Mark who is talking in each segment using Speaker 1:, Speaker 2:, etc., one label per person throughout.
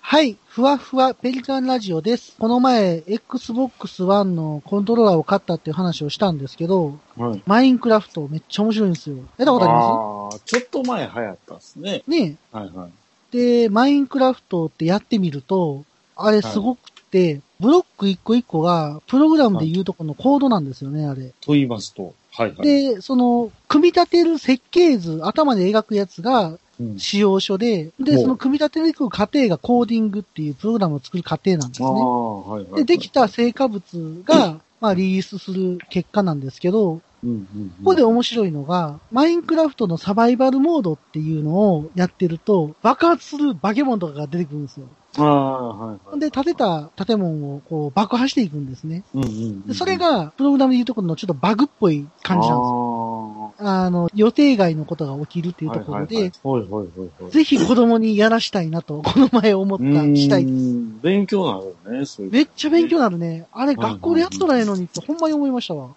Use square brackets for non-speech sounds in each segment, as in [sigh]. Speaker 1: はい。ふわふわペリカンラジオです。この前、Xbox One のコントローラーを買ったっていう話をしたんですけど、
Speaker 2: はい。
Speaker 1: マインクラフトめっちゃ面白いんですよ。やったことありま
Speaker 2: ああー、ちょっと前流行ったですね。
Speaker 1: すね
Speaker 2: はいはい。
Speaker 1: えで、マインクラフトってやってみると、あれすごくて、ブロック一個一個が、プログラムで言うとこのコードなんですよね、あれ。
Speaker 2: と言いますと、はいはい。
Speaker 1: で、その、組み立てる設計図、頭で描くやつが
Speaker 2: うん
Speaker 1: 使用書で、で、
Speaker 2: ほう
Speaker 1: その組み立てていく過程がコーディングっていうプログラムを作る過程なんです
Speaker 2: ああ、
Speaker 1: ね。
Speaker 2: はいはい。
Speaker 1: で、できた成果物が、まあ、リリースする結果なんですけど、
Speaker 2: うんうんうん
Speaker 1: ここで面白いのが、マインクラフトのサバイバルモードっていうのをやってると、爆発する化け物とかが出てくるんですよ。
Speaker 2: ああ、はいはい。
Speaker 1: で、建てた建物をこう爆破していくんですね。
Speaker 2: うんうんうんう
Speaker 1: で
Speaker 2: ん、
Speaker 1: それが、プログラムでいうところのちょっとバグっぽい感じなんですよ
Speaker 2: あ
Speaker 1: あの、予定外のことが起きるっていう
Speaker 2: あ
Speaker 1: ところで、
Speaker 2: はいはいはいはいはいはい。
Speaker 1: ぜひ子供にやらしたいなと、この前思った次第です。
Speaker 2: うん勉強なるね、そういう。
Speaker 1: めっちゃ勉強になるね。あれ
Speaker 2: はいはい
Speaker 1: 学校でやってたらええのにってほんまに思いましたわ。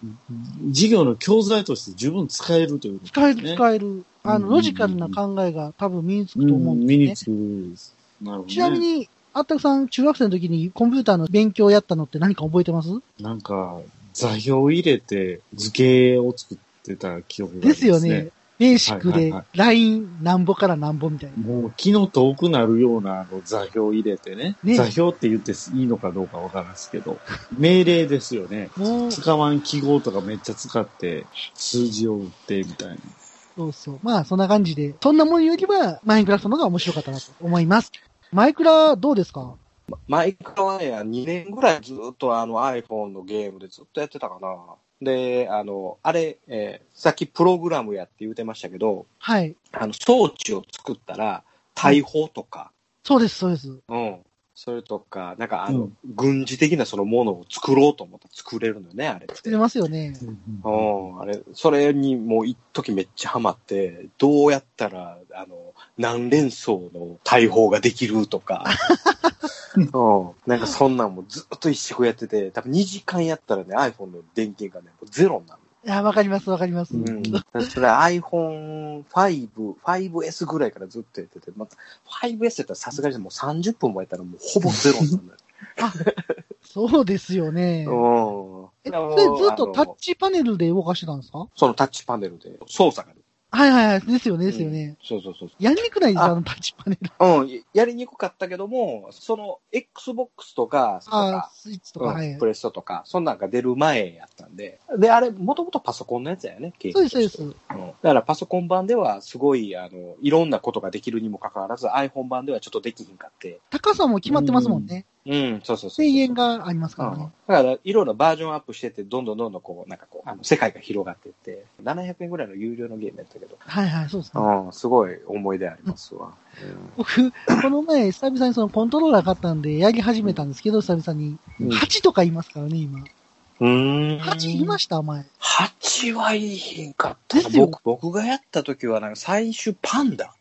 Speaker 2: 授業の教材として十分使えるということ
Speaker 1: 使え
Speaker 2: ね
Speaker 1: る使える。あの、
Speaker 2: うん
Speaker 1: ロジカルな考えが多分身につくと思うん
Speaker 2: ん
Speaker 1: です
Speaker 2: 身
Speaker 1: ね。
Speaker 2: につく。なるほど、ね。
Speaker 1: ちなみ、に、あったくさん中学生の時にコンピューターの勉強をやったのって何か覚えてます
Speaker 2: なんか、座標を入れて図形を作ってた記憶
Speaker 1: で
Speaker 2: がありますす
Speaker 1: よ
Speaker 2: ね。
Speaker 1: ね。。ベーシック
Speaker 2: はいはい
Speaker 1: で
Speaker 2: はい、
Speaker 1: ラインなんぼからなんぼみたいな。
Speaker 2: もう気の遠くなるようなあの座標を入れてね。
Speaker 1: ね
Speaker 2: 座標って言っていいのかどうかわからんですけど。命令ですよね。
Speaker 1: もう、
Speaker 2: 使わん記号とかめっちゃ使って、数字を打ってみたいな。
Speaker 1: そうそう。まあ、そんな感じで、そんなもんよりは、マインクラフトの方が面白かったなと思います。マイクラ、どうですか
Speaker 3: マイクロはね、2年ぐらいずっとあの iPhone のゲームでずっとやってたかな。で、あの、あれ、えーさっきプログラムやって言うてましたけど、
Speaker 1: はい。
Speaker 3: あの、装置を作ったら、大砲とか、
Speaker 1: そうです、そうです。
Speaker 3: うん。それとか、なんかあの、
Speaker 2: うん
Speaker 3: 軍事的なそのものを作ろうと思ったら作れるのよね、あれって。
Speaker 1: 作れますよね。
Speaker 3: うん、あれ、それにもう一時めっちゃハマって、どうやったら、あの、何連装の大砲ができるとか、うん、なんかそんなんもずっと一色やってて、多分2時間やったらね、iPhone の電源がね、もうゼロになる。
Speaker 1: いや、わかります、わかります。
Speaker 2: うん
Speaker 3: うん、だからそれ iPhone5、5S ぐらいからずっとやってて、また 5S やったらさすがにもう30分もやったらもうほぼゼロになるのよ。
Speaker 1: そうですよね。え、
Speaker 3: うん。
Speaker 1: それずっとタ
Speaker 3: あの
Speaker 1: ッチパネルで動かしてたんですか
Speaker 3: そのタッチパネルで操作ができる。
Speaker 1: はいはいはい。ですよね、ですよね。
Speaker 3: そうそうそうそう。
Speaker 1: やりにくないです、
Speaker 3: あ
Speaker 1: あのタッチパネル。
Speaker 3: うん、やりにくかったけども、その Xbox とか、と
Speaker 1: あ
Speaker 3: か
Speaker 1: スイッチとか、は
Speaker 3: う
Speaker 1: い
Speaker 3: ん、プ。レストとか、そんなんが出る前やったんで、で、あれ、もともとパソコンのやつやよね、ケー
Speaker 1: そう
Speaker 3: キ
Speaker 1: です、そうです。
Speaker 3: うんだからパソコン版では、すごい、あの、いろんなことができるにもかかわらず、iPhone 版ではちょっとできひんかって。
Speaker 1: 高さも決まってますもんね。
Speaker 3: うん、そうそうそうそう。
Speaker 1: 1000円がありますから
Speaker 3: うん
Speaker 1: ね。
Speaker 3: だから、いろいろバージョンアップしてて、どんどんどんどんこう、なんかこう、あの世界が広がっていって、700円ぐらいの有料のゲームやったけど、
Speaker 1: はいはい、そうですね。
Speaker 3: うん、すごい思い出ありますわ。
Speaker 1: 僕、この前、久々にそのコントローラー買ったんで、やり始めたんですけど、久々に。
Speaker 3: うん
Speaker 1: 8とかいますからね、今。
Speaker 3: うん。
Speaker 1: 8いました、前。
Speaker 3: 蜂はいいひんかった
Speaker 1: で
Speaker 3: な
Speaker 1: すよ
Speaker 3: 僕僕がやった時はなんか最終パンダ。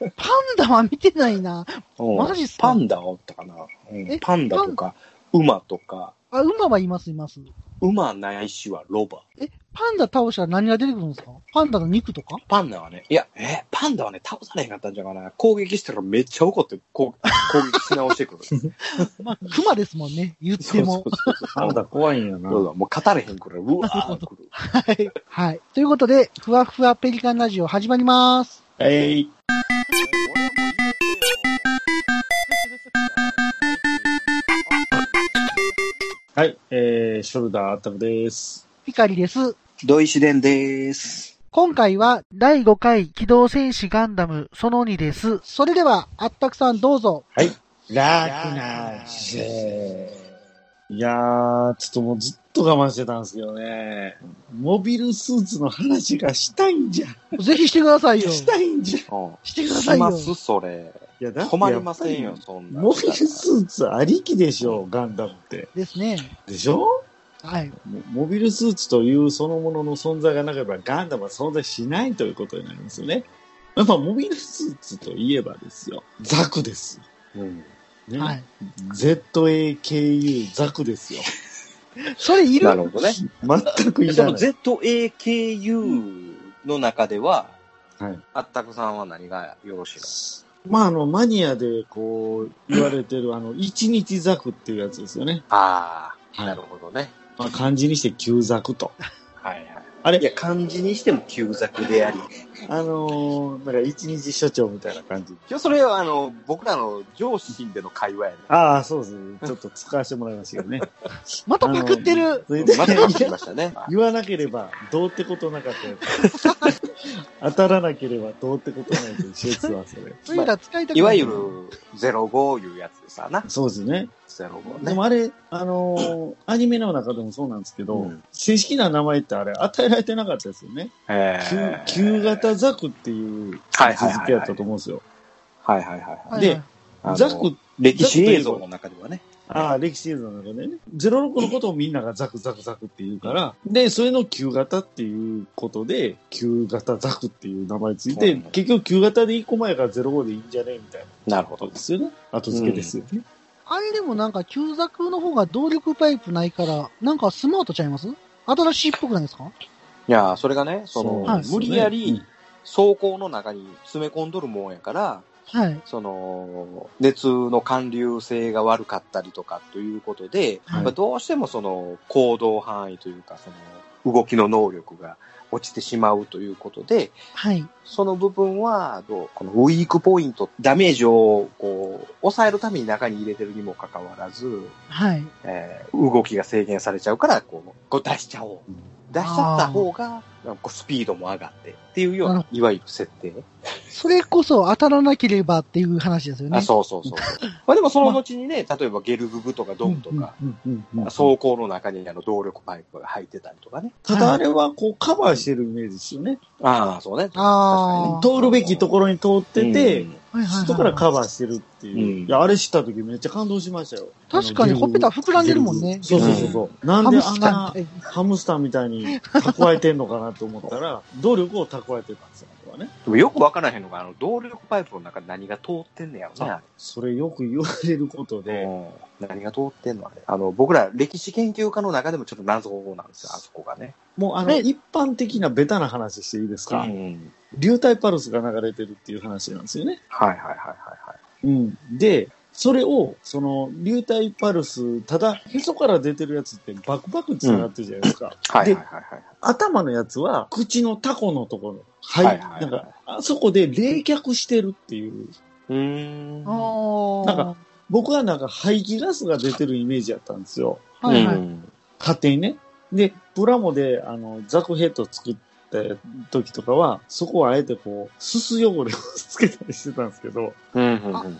Speaker 1: パンダは見てないな。
Speaker 3: うん
Speaker 1: マジっすか
Speaker 3: パンダおったかな、うん
Speaker 1: え
Speaker 3: パンダとか、馬とか、
Speaker 1: あ、馬はいます、います。
Speaker 3: 馬ないしはロバ。
Speaker 1: え、パンダ倒したら何が出てくるんですかパンダの肉とか
Speaker 3: パンダはね、いや、え、パンダはね、倒されへんかったんじゃないかな。攻撃したらめっちゃ怒って攻攻撃し直してくる。 [laughs]
Speaker 1: まあ、熊ですもんね、言っても。
Speaker 3: そうそう
Speaker 2: なんだ、怖いんやな。
Speaker 3: そうだもう語れへんくらい、うわーくる。
Speaker 1: はい。はい。ということで、ふわふわペリカンラジオ始まります。
Speaker 2: えい。はい、えー、ショルダーあったくです。
Speaker 1: ピカリです。
Speaker 3: ドイシデンでーす。
Speaker 1: 今回は第5回機動戦士ガンダムその2です。それでは、あったくさんどうぞ。
Speaker 2: 楽なし。いやー、ちょっともうずっと我慢してたんですけどね。モビルスーツの話がしたいんじゃ。
Speaker 1: ぜ [laughs] ひしてくださいよ。
Speaker 2: したいんじゃ。い
Speaker 3: うん。
Speaker 1: してくださ
Speaker 3: し
Speaker 1: い
Speaker 3: ま
Speaker 1: よ。
Speaker 3: すそれ。
Speaker 2: や、だって
Speaker 3: 止まりません
Speaker 2: やっ
Speaker 3: よ
Speaker 2: ぱ、
Speaker 3: そん
Speaker 2: り
Speaker 3: な。
Speaker 2: モビルスーツありきでしょ、ガンダムって。
Speaker 1: ですね。
Speaker 2: でしょ
Speaker 1: はい。
Speaker 2: モモビルスーツというそのものの存在がなければガンダムは存在しないということになりますよね。やっぱモビルスーツといえばですよ。ザクです。
Speaker 3: うん。
Speaker 2: ね
Speaker 1: はい。
Speaker 2: ZAKU ザクですよ。
Speaker 1: それいる
Speaker 3: なるほどね。
Speaker 2: 全くい
Speaker 3: そ
Speaker 2: ら
Speaker 3: の
Speaker 2: ない。
Speaker 3: ZAKU の中では、
Speaker 2: はい
Speaker 3: あったくさんは何がよろしい
Speaker 2: まあ、あの、マニアで、こう、言われてる、あの、一日ザクっていうやつですよね。
Speaker 3: ああ、
Speaker 2: はい
Speaker 3: なるほどね。
Speaker 2: まあ、漢字にして旧ザクと。
Speaker 3: はいはい。
Speaker 2: あ
Speaker 3: い
Speaker 2: れ、
Speaker 3: や、漢字にしても旧作であり。
Speaker 2: あのー、なんか一日所長みたいな感じ。
Speaker 3: 今日それは、あの、僕らの上司での会話やね。
Speaker 2: ああ、そうですね。ちょっと使わせてもらいましたけどね。
Speaker 1: またパクってる
Speaker 2: それで
Speaker 3: [laughs] また聞きましたね。
Speaker 2: 言わなければどうってことなかったやつ。当たらなければどうってことないと一緒ですわ、それ。
Speaker 1: ついら使いたくない。
Speaker 3: [laughs] いわゆる、05いうやつでさな。
Speaker 2: そうですね。
Speaker 3: 05
Speaker 2: で
Speaker 3: ね。
Speaker 2: もあれ、あのーアニメの中でもそうなんですけど、
Speaker 3: うん
Speaker 2: 正式な名前ってあれ、与えられてなかったですよね。
Speaker 3: えー
Speaker 2: 旧旧型ザクっていう位
Speaker 3: はい
Speaker 2: 置
Speaker 3: はいはいはい
Speaker 2: づけやったと思うんですよ。
Speaker 3: はいはいはいはい。
Speaker 1: はいはい
Speaker 2: で
Speaker 3: あの
Speaker 2: ザク、
Speaker 3: 歴史映像の中ではね。
Speaker 2: ああ、歴史映像の中でね、06のことをみんながザクザクザクって言うから、で、それの旧型っていうことで、旧型ザクっていう名前ついて、
Speaker 3: うん
Speaker 2: 結局旧型で1個前から05でいいんじゃねみたいな
Speaker 3: なるほ
Speaker 2: こと
Speaker 3: ど。
Speaker 2: ですよね。後付けですよね。
Speaker 1: あれでもなんか、旧ザクの方が動力パイプないから、なんかスマートちゃいます新しいっぽくないですか
Speaker 3: いやー、それがね、
Speaker 2: そ
Speaker 3: そ
Speaker 2: う
Speaker 3: の、
Speaker 1: はい
Speaker 3: 無理や
Speaker 2: そうね
Speaker 3: り走行の中に詰め込んどるもんやから、
Speaker 1: はい。
Speaker 3: その、熱の還流性が悪かったりとかということで、
Speaker 2: はい
Speaker 3: まあどうしてもその行動範囲というか、その動きの能力が落ちてしまうということで、
Speaker 1: はい。
Speaker 3: その部分は、どうこのウィークポイント、ダメージをこう、抑えるために中に入れてるにもかかわらず、
Speaker 1: はい。
Speaker 3: えー動きが制限されちゃうから、こう、こう出しちゃおう。出しちゃった方が、なんかこうスピードも上がってっていうよう
Speaker 1: な
Speaker 3: な、いわゆる設定。
Speaker 1: それこそ当たらなければっていう話ですよね。
Speaker 3: あ、そうそうそう。まあでもその後にね、例えばゲルググとかドンとか、
Speaker 2: うんうんうんうん
Speaker 3: 走行の中にあの動力パイプが入ってたりとかね。
Speaker 2: ただあれはこうカバーしてるイメージですよね。
Speaker 3: ああ、そうね。
Speaker 1: あー
Speaker 2: 通るべきところに通ってて、
Speaker 1: はいはいはい
Speaker 2: 外からカバーしてるっていう。
Speaker 3: うん
Speaker 2: いや、あれ知った時めっちゃ感動しましたよ。
Speaker 1: 確かに
Speaker 2: あの
Speaker 1: ほっぺた膨らんでるもんね
Speaker 2: そうそうそうそう。なん
Speaker 1: ハ
Speaker 2: で
Speaker 1: ム
Speaker 2: あ
Speaker 1: ス
Speaker 2: ん
Speaker 1: ターみ
Speaker 2: な
Speaker 1: たいに
Speaker 2: ハムスターみたいに蓄えてんのかなと思った
Speaker 3: [laughs]
Speaker 2: ら、動力を蓄えてたんですよ、あれはね。
Speaker 3: でもよくわからへんのが、あの、動力パイプの中に何が通ってんねやろね、あ
Speaker 2: それよく言われること
Speaker 3: れ。
Speaker 2: で、
Speaker 3: うん何が通ってんのあれ。あの、僕ら歴史研究家の中でもちょっと謎なんですよ、あそこがね。
Speaker 2: もうあの、
Speaker 1: ね
Speaker 2: 一般的なベタな話していいですか、
Speaker 3: ん。
Speaker 2: 流体パルスが流れてるっていう話なんですよね。
Speaker 3: はいはいはいはいはい。
Speaker 2: うん。で、それを、その、流体パルス、ただ、へそから出てるやつってバクバクつながってるじゃないですか。
Speaker 3: はいはいはいはい。
Speaker 2: 頭のやつは、口のタコのところ、はい、
Speaker 3: はいはいはい
Speaker 2: なんか、あそこで冷却してるっていう。
Speaker 3: うーん。
Speaker 1: あー
Speaker 2: なん僕はなんか排気ガスが出てるイメージやったんですよ。
Speaker 1: はいは
Speaker 3: う
Speaker 1: い。
Speaker 3: ん
Speaker 2: 勝手にね。で、プラモで、あの、ザクヘッド作った時とかは、そこはあえてこう、すす汚れをつけたりしてたんですけど、
Speaker 3: うんうんうんうん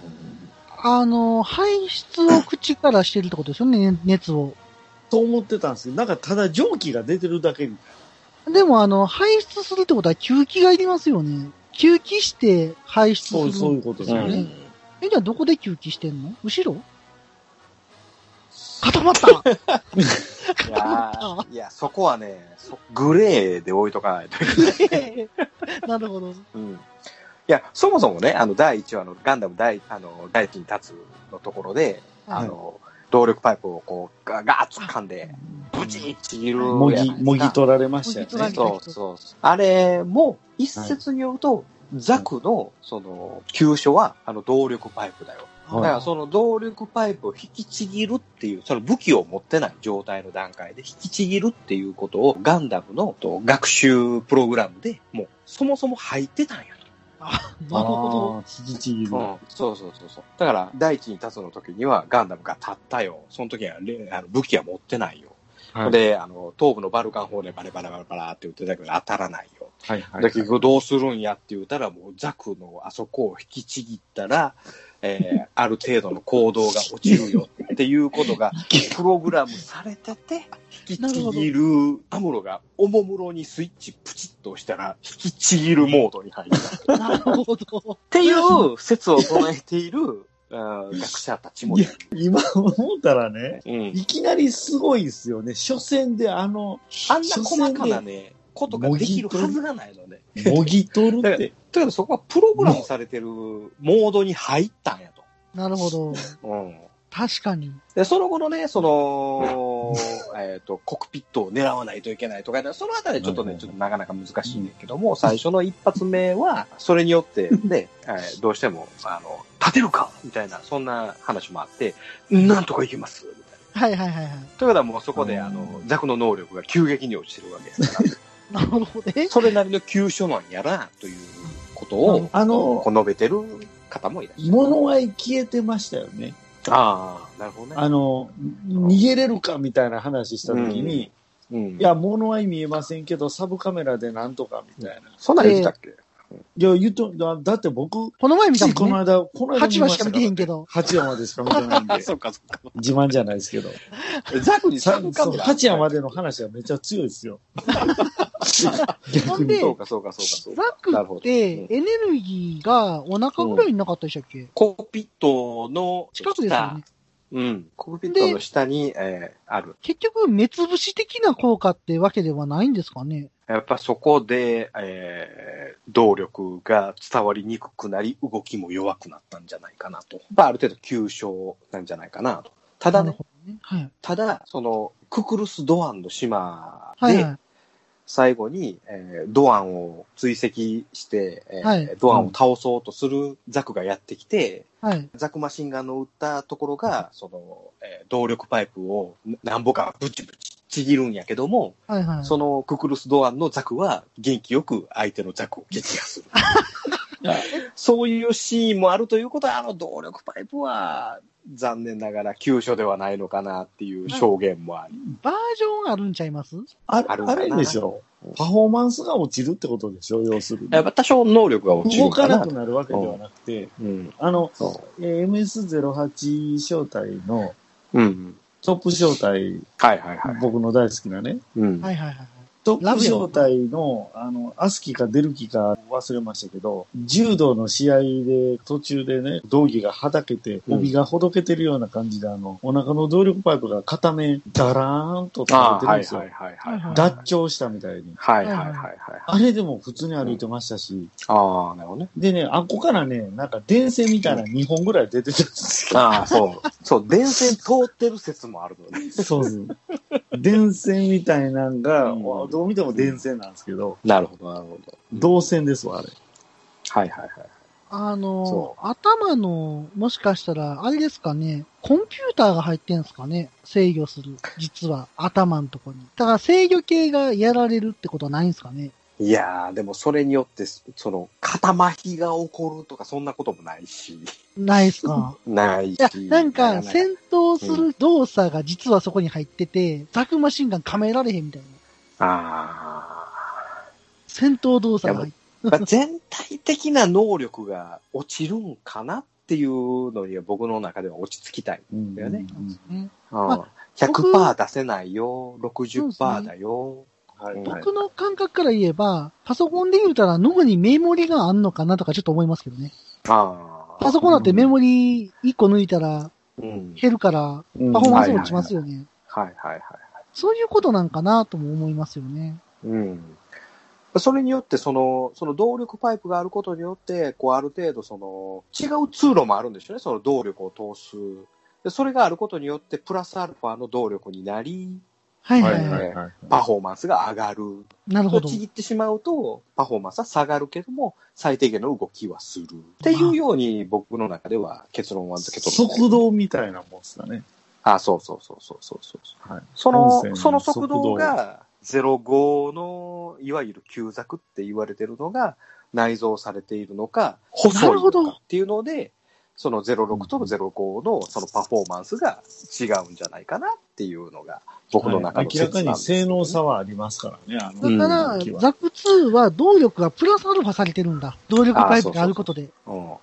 Speaker 1: あの、排出を口からしてるってことですよね、ね熱を。
Speaker 2: と思ってたんですけど、なんかただ蒸気が出てるだけみたい
Speaker 1: でも、あの、排出するってことは吸気がいりますよね。吸気して排出す
Speaker 2: な。そ
Speaker 1: る。
Speaker 2: う、そういうことです
Speaker 3: う
Speaker 2: よね。
Speaker 3: ん
Speaker 1: え、じゃあどこで吸気してんの
Speaker 2: [laughs]
Speaker 1: 後ろ固まった
Speaker 3: いやーいや、そこはね、そグレーで置いとかないと。 [laughs]
Speaker 1: なるほど。
Speaker 3: うんいや、そもそもね、あの、第1話のガンダム第、あの、第一に立つのところで、あの、動力パイプをこう、ガガーッと掴んで、ブチッちぎるやつ。
Speaker 2: もぎ、もぎ取られました
Speaker 1: もぎ取ら
Speaker 2: よ
Speaker 1: れ
Speaker 2: ね。
Speaker 3: そうそうそう。あれも、一説によると、ザクの、その、急所は、あの、動力パイプだよ。だから、その動力パイプを引きちぎるっていう、その武器を持ってない状態の段階で引きちぎるっていうことを、ガンダムのと学習プログラムでもう、そもそも入ってたんやと。
Speaker 1: なるほ
Speaker 2: あー。引きちぎる。
Speaker 3: そうそうそうそう。だから、第一に立つの時には、ガンダムが立ったよ。その時はれ、あの武器は持ってないよ。
Speaker 2: はい
Speaker 3: で、あの、東部のバルカン方でバレバラバラバラって言ってたけど、当たらないよ。
Speaker 2: はいはい
Speaker 3: で、結局どうするんやって言ったら、もうザクのあそこを引きちぎったら、えー、ある程度の行動が落ちるよっていうこと
Speaker 2: [laughs]
Speaker 3: が、プログラムされてて、引きちぎる、アムロがおもむろにスイッチプチッと押したら、引きちぎるモードに入った。
Speaker 1: ど。
Speaker 3: っ
Speaker 1: なるほど。
Speaker 3: ていう説を唱えてい [laughs] る、あー学者たちもいる。
Speaker 2: 今思ったらね、
Speaker 3: うん。
Speaker 2: いきなりすごいですよね。初戦であの、
Speaker 3: あんな細かなね、ことができるはずがないので、
Speaker 2: もぎ取る
Speaker 3: だ
Speaker 2: っ
Speaker 3: から
Speaker 2: て。、
Speaker 3: とにかくそこはプログラムされてるモードに入ったんやと。
Speaker 1: なるほど。
Speaker 3: うん。
Speaker 1: 確かに。
Speaker 3: で、その後のね、その、 [laughs] えっと、コクピットを狙わないといけないとか、そのあたりちょっと
Speaker 2: う
Speaker 3: ね、
Speaker 2: ん
Speaker 3: ちょっとなかなか難しいんだけども、最初の一発目は、それによって [laughs] ね、えーどうしても、あの、立てるかみたいな、そんな話もあって、なんとかいけますみたいな。
Speaker 1: はいはいはいはい。
Speaker 3: ということはもうそこで、
Speaker 2: うん
Speaker 3: あの、ザクの能力が急激に落ちてるわけですか
Speaker 1: な
Speaker 3: ら、
Speaker 1: るほど。え
Speaker 3: [laughs] それなりの急所マンやら、ということを、
Speaker 2: あの
Speaker 3: こう述べてる方もいらっしゃる。
Speaker 2: 物は消えてましたよね。
Speaker 3: ああ、なるほどね。
Speaker 2: あの、逃げれるかみたいな話した時に、
Speaker 3: うん。
Speaker 2: いや、物は見えませんけど、サブカメラでなんとかみたいな。
Speaker 3: そんなん言ってたっけ、、
Speaker 2: いや、言うと、だだって僕、
Speaker 1: この前見た
Speaker 2: ついこ
Speaker 1: もん
Speaker 2: の
Speaker 1: ね。
Speaker 2: 間、この間
Speaker 1: 8話しか見てへん
Speaker 2: ど。
Speaker 1: けど。
Speaker 2: 8話までしか見てないんで
Speaker 3: [laughs] そうか、そう
Speaker 2: 自慢じゃないですけど。
Speaker 3: か。ザクに
Speaker 2: さ
Speaker 3: サ
Speaker 2: そう
Speaker 3: ブカメラ。
Speaker 2: 8話までの話はめっちゃ強いですよ。
Speaker 1: ほ
Speaker 2: 逆
Speaker 1: んで
Speaker 2: に。
Speaker 3: そうか、そうか、そうか。
Speaker 1: ザク
Speaker 3: なるほ
Speaker 1: っ
Speaker 3: ど
Speaker 1: て、エネルギーがお腹ぐらいになかったでしたっけ
Speaker 3: コックピットの
Speaker 1: 近くですよね。
Speaker 3: 下うん。コックピットの下に、えーある。
Speaker 1: 結局、目つぶし的な効果ってわけではないんですかね
Speaker 3: やっぱそこで、えー動力が伝わりにくくなり、動きも弱くなったんじゃないかなと。まあ、ある程度急所なんじゃないかなと。ただ
Speaker 1: なる
Speaker 3: ね、
Speaker 1: ほどね。はい。
Speaker 3: ただ、その、ククルス・ドアンの島
Speaker 1: はいはい、
Speaker 3: で、最後に、えードアンを追跡して、えー
Speaker 1: はい
Speaker 3: ドアンを倒そうとするザクがやってきて、
Speaker 1: はい。
Speaker 3: ザクマシンガンの撃ったところが、その、えー動力パイプを何ぼかブチブチちぎるんやけども、
Speaker 1: はいはい。
Speaker 3: そのククルス・ドアンのザクは元気よく相手のザクを撃破する。そういうシーンもあるということは、あの動力パイプは残念ながら急所ではないのかなっていう証言もあり。
Speaker 1: バージョンあるんちゃいます
Speaker 2: あ
Speaker 3: あるん
Speaker 2: あ
Speaker 3: か
Speaker 2: れ
Speaker 3: な
Speaker 2: でしょ。パフォーマンスが落ちるってことでしょ、要するに。
Speaker 3: やっぱ多少能力が落ちる
Speaker 2: 動かな
Speaker 3: な
Speaker 2: く。なるわけではなくて、
Speaker 3: うん。
Speaker 2: あの、
Speaker 3: そ
Speaker 2: えー MS08 招待の
Speaker 3: う。うん。
Speaker 2: トップ招待、
Speaker 3: はいはいはい。
Speaker 2: 僕の大好きなね、
Speaker 3: うん。
Speaker 1: はいはいはい。
Speaker 2: トップ
Speaker 1: ラブ
Speaker 2: 招
Speaker 1: よ
Speaker 2: 待の、あの、アスキか出る気か忘れましたけど、柔道の試合で途中でね、道着がはだけて、
Speaker 3: うん
Speaker 2: 帯がほどけてるような感じで、あの、お腹の動力パイプが片面、ダラーンと倒れ
Speaker 3: ああ、
Speaker 2: てる
Speaker 3: は
Speaker 2: ん
Speaker 3: い
Speaker 2: ですよ。
Speaker 3: はいはいはい。
Speaker 1: はい
Speaker 2: 脱腸したみたいに。
Speaker 3: はいはいはいはい。
Speaker 2: あれでも普通に歩いてましたし、
Speaker 3: ああ、なるほどね。
Speaker 2: でね、あっこからね、なんか電線みたいな2本ぐらい出てたんですよ。
Speaker 3: ああ、そう。そう、電線通ってる説もあるのね。
Speaker 2: そうです。 [laughs] 電線みたいなんが、
Speaker 3: うん
Speaker 2: わどう見ても電線なんですけど、
Speaker 3: なるほど、なるほど。
Speaker 2: 銅線ですわ、あれ。
Speaker 3: はいはいはい。
Speaker 1: あの
Speaker 3: そ
Speaker 1: ー、頭の、もしかしたら、あれですかね、コンピューターが入ってんすかね制御する。実は、頭のとこに。だから制御系がやられるってことはないんすかね
Speaker 3: いやー、でもそれによって、そその、肩麻痺が起こるとか、そんなこともないし、
Speaker 1: ないっすか
Speaker 3: な
Speaker 1: い
Speaker 3: いし。
Speaker 1: や、なん
Speaker 3: やら
Speaker 1: か、
Speaker 3: ない
Speaker 1: 戦闘する動作が実はそこに入ってて、ザクマシンガン構えられへんみたいな。
Speaker 3: あ
Speaker 1: 戦闘動作が入って。[laughs]
Speaker 3: ー、まあ、全体的な能力が落ちるんかなっていうのには、僕の中では落ち着きたい。
Speaker 2: うん
Speaker 3: だよね
Speaker 2: うん
Speaker 1: ね
Speaker 3: うん
Speaker 1: ま
Speaker 3: 100%出せないよ、
Speaker 1: そうです
Speaker 3: 60%
Speaker 1: ね
Speaker 3: だよ。
Speaker 2: はい
Speaker 3: うん
Speaker 1: 僕の感覚から言えば、パソコンで言うたら脳にメモリがあんのかなとかちょっと思いますけどね。
Speaker 3: あ
Speaker 1: パソコンだってメモリ1個抜いたら
Speaker 3: ー、うん。
Speaker 1: 減るから、パフォーマンス落ちますよね。
Speaker 3: はいはいはい。
Speaker 1: そういうことなんかなとも思いますよね。
Speaker 3: うん。それによって、その、その動力パイプがあることによって、こう、ある程度、その、違う通路もあるんですよね、その動力を通す。で、それがあることによって、プラスアルファの動力になり、
Speaker 1: はい
Speaker 2: は
Speaker 1: はいい
Speaker 2: は
Speaker 1: はい。
Speaker 2: いはい。
Speaker 3: パフォーマンスが上がる。
Speaker 1: なるほど。
Speaker 3: ちぎってしまうと、パフォーマンスは下がるけども、最低限の動きはする。っていうように、僕の中では結論は付け取る。
Speaker 2: 速度みたいなもんですかね。
Speaker 3: あ、そうそうそうそうそうそう。
Speaker 2: はい。
Speaker 3: そ
Speaker 2: 音声の
Speaker 3: の、その
Speaker 2: 速
Speaker 3: 速
Speaker 2: 度
Speaker 3: 度が、05の、いわゆる旧作って言われてるのが、内蔵されているのか、細
Speaker 1: ないるほ
Speaker 3: の
Speaker 1: ど
Speaker 3: かっていうので、その06と05のそのパフォーマンスが違うんじゃないかなっていうのが、僕の中の
Speaker 2: 明らか
Speaker 3: 説なん
Speaker 2: に
Speaker 3: です
Speaker 2: 性
Speaker 3: よね
Speaker 2: 能差はありますからね、あの
Speaker 1: だから、
Speaker 2: 時は
Speaker 1: ザク2は動力がプラスアルファされてるんだ。動力パイプがあることで。
Speaker 3: うんうん